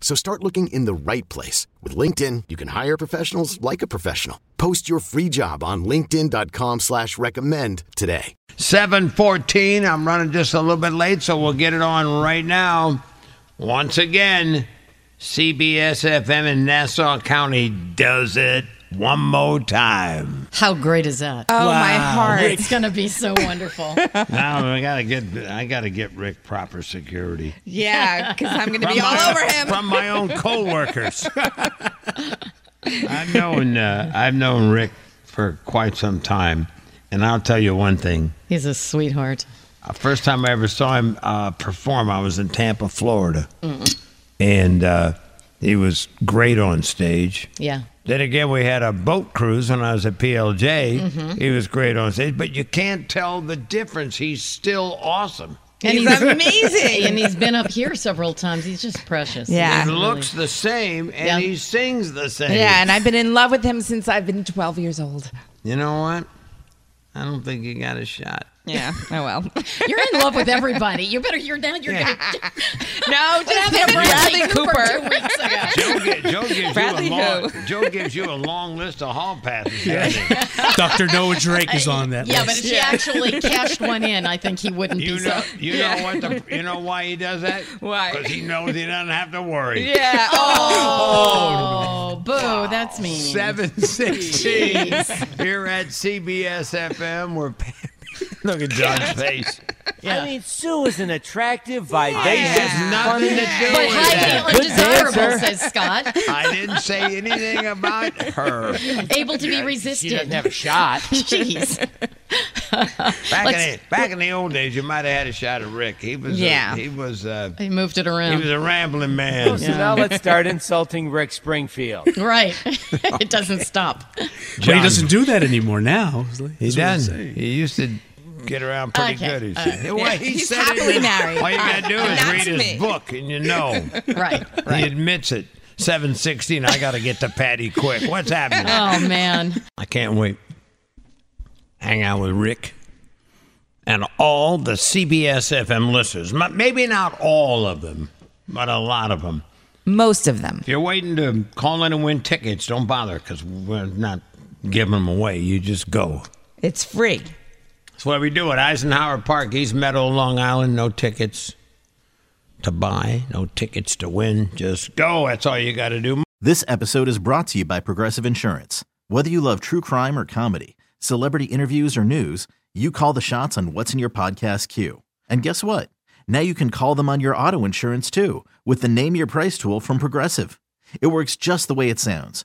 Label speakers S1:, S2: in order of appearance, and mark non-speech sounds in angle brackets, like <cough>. S1: So start looking in the right place. With LinkedIn, you can hire professionals like a professional. Post your free job on linkedin.com slash recommend today.
S2: 714. I'm running just a little bit late, so we'll get it on right now. Once again, CBS FM in Nassau County does it one more time.
S3: How great is that?
S4: Oh my heart.
S3: It's going to be <laughs> so wonderful.
S2: now I gotta get I gotta get Rick proper security
S4: Yeah, because I'm going to be
S2: From
S4: all
S2: my-
S4: over him. <laughs>
S2: from my own coworkers. <laughs> I've known uh, I've known Rick for quite some time, and I'll tell you one thing.
S3: He's a sweetheart.
S2: Uh, First time I ever saw him uh, perform, I was in Tampa, Florida, and uh, he was great on stage.
S3: Yeah.
S2: Then again, we had a boat cruise when I was at PLJ. He was great on stage, but you can't tell the difference. He's still awesome.
S3: And
S4: He's amazing. <laughs>
S3: And he's been up here several times. He's just precious.
S4: Yeah.
S3: He's
S2: He
S3: really-
S2: looks the same and
S3: Yeah.
S2: he sings the same.
S4: yeah, and I've been in love with him since I've been 12 years old.
S2: you know what? I don't think he got a shot.
S4: Yeah. Oh <laughs> well.
S3: You're in love with everybody. You better. You're down. You're
S2: Yeah.
S3: gonna-
S4: no, just
S3: That
S4: him,
S3: happened to
S4: <laughs> Bradley
S3: two
S4: Cooper.
S3: weeks ago.
S2: Joe, gi- Joe gives
S4: Bradley
S2: you a long,
S4: who?
S2: Joe gives you a long list of hall passes. doesn't he?
S5: Dr. Noah Drake is on that
S3: Yeah, but
S5: list.
S3: if he actually cashed one in, I think he wouldn't
S2: You
S3: be
S2: know,
S3: so.
S2: you know what? The, you know why he does that?
S4: Why?
S2: Because he knows he doesn't have to worry.
S4: <laughs> Yeah. <laughs> Oh.
S3: Oh, boo! That's mean.
S2: Seven sixteen here at CBS FM. We're <laughs> look at John's face.
S6: I mean, Sue is an attractive, vivacious,
S2: There's nothing to do with
S3: But
S2: that.
S3: highly undesirable, says Scott.
S2: I didn't say anything about her.
S3: Able to be resisted.
S6: a
S3: <laughs>
S6: shot.
S3: Jeez.
S2: Back in
S3: Let's-
S2: the, back in the old days, you might have had a shot at Rick. He was
S4: Yeah.
S2: a, he was a,
S3: He moved it
S2: he was
S3: around.
S2: a rambling man.
S6: So now let's start insulting Rick Springfield.
S3: Right. <laughs> it doesn't stop.
S5: But he doesn't do that anymore now.
S2: He
S5: That's what I'm
S2: does.
S5: saying.
S2: He used to get around pretty
S3: Okay,
S2: good. He
S3: all
S2: said. <laughs> Well, he
S4: He's
S2: said it in
S4: happily
S2: his-
S4: married.
S2: All you
S4: All
S2: got to
S4: right,
S2: do is
S4: enough
S2: read
S4: of
S2: his
S4: me.
S2: book, and you know.
S3: Right.
S2: He
S3: Right.
S2: admits it. 716, I got to get to Patty quick. What's happening?
S3: Oh man.
S2: I can't wait. Hang out with Rick and all the CBS FM listeners. M- Maybe not all of them, but a lot of them.
S4: Most of them.
S2: If you're waiting to call in and win tickets, don't bother because we're not giving them away. You just go.
S4: It's free.
S2: That's what we do at Eisenhower Park, East Meadow, Long Island. No tickets to buy, no tickets to win. Just go. That's all you got to do.
S7: This episode is brought to you by Progressive Insurance. Whether you love true crime or comedy, celebrity interviews or news, you call the shots on what's in your podcast queue. And guess what? Now you can call them on your auto insurance too with the Name Your Price tool from Progressive. It works just the way it sounds.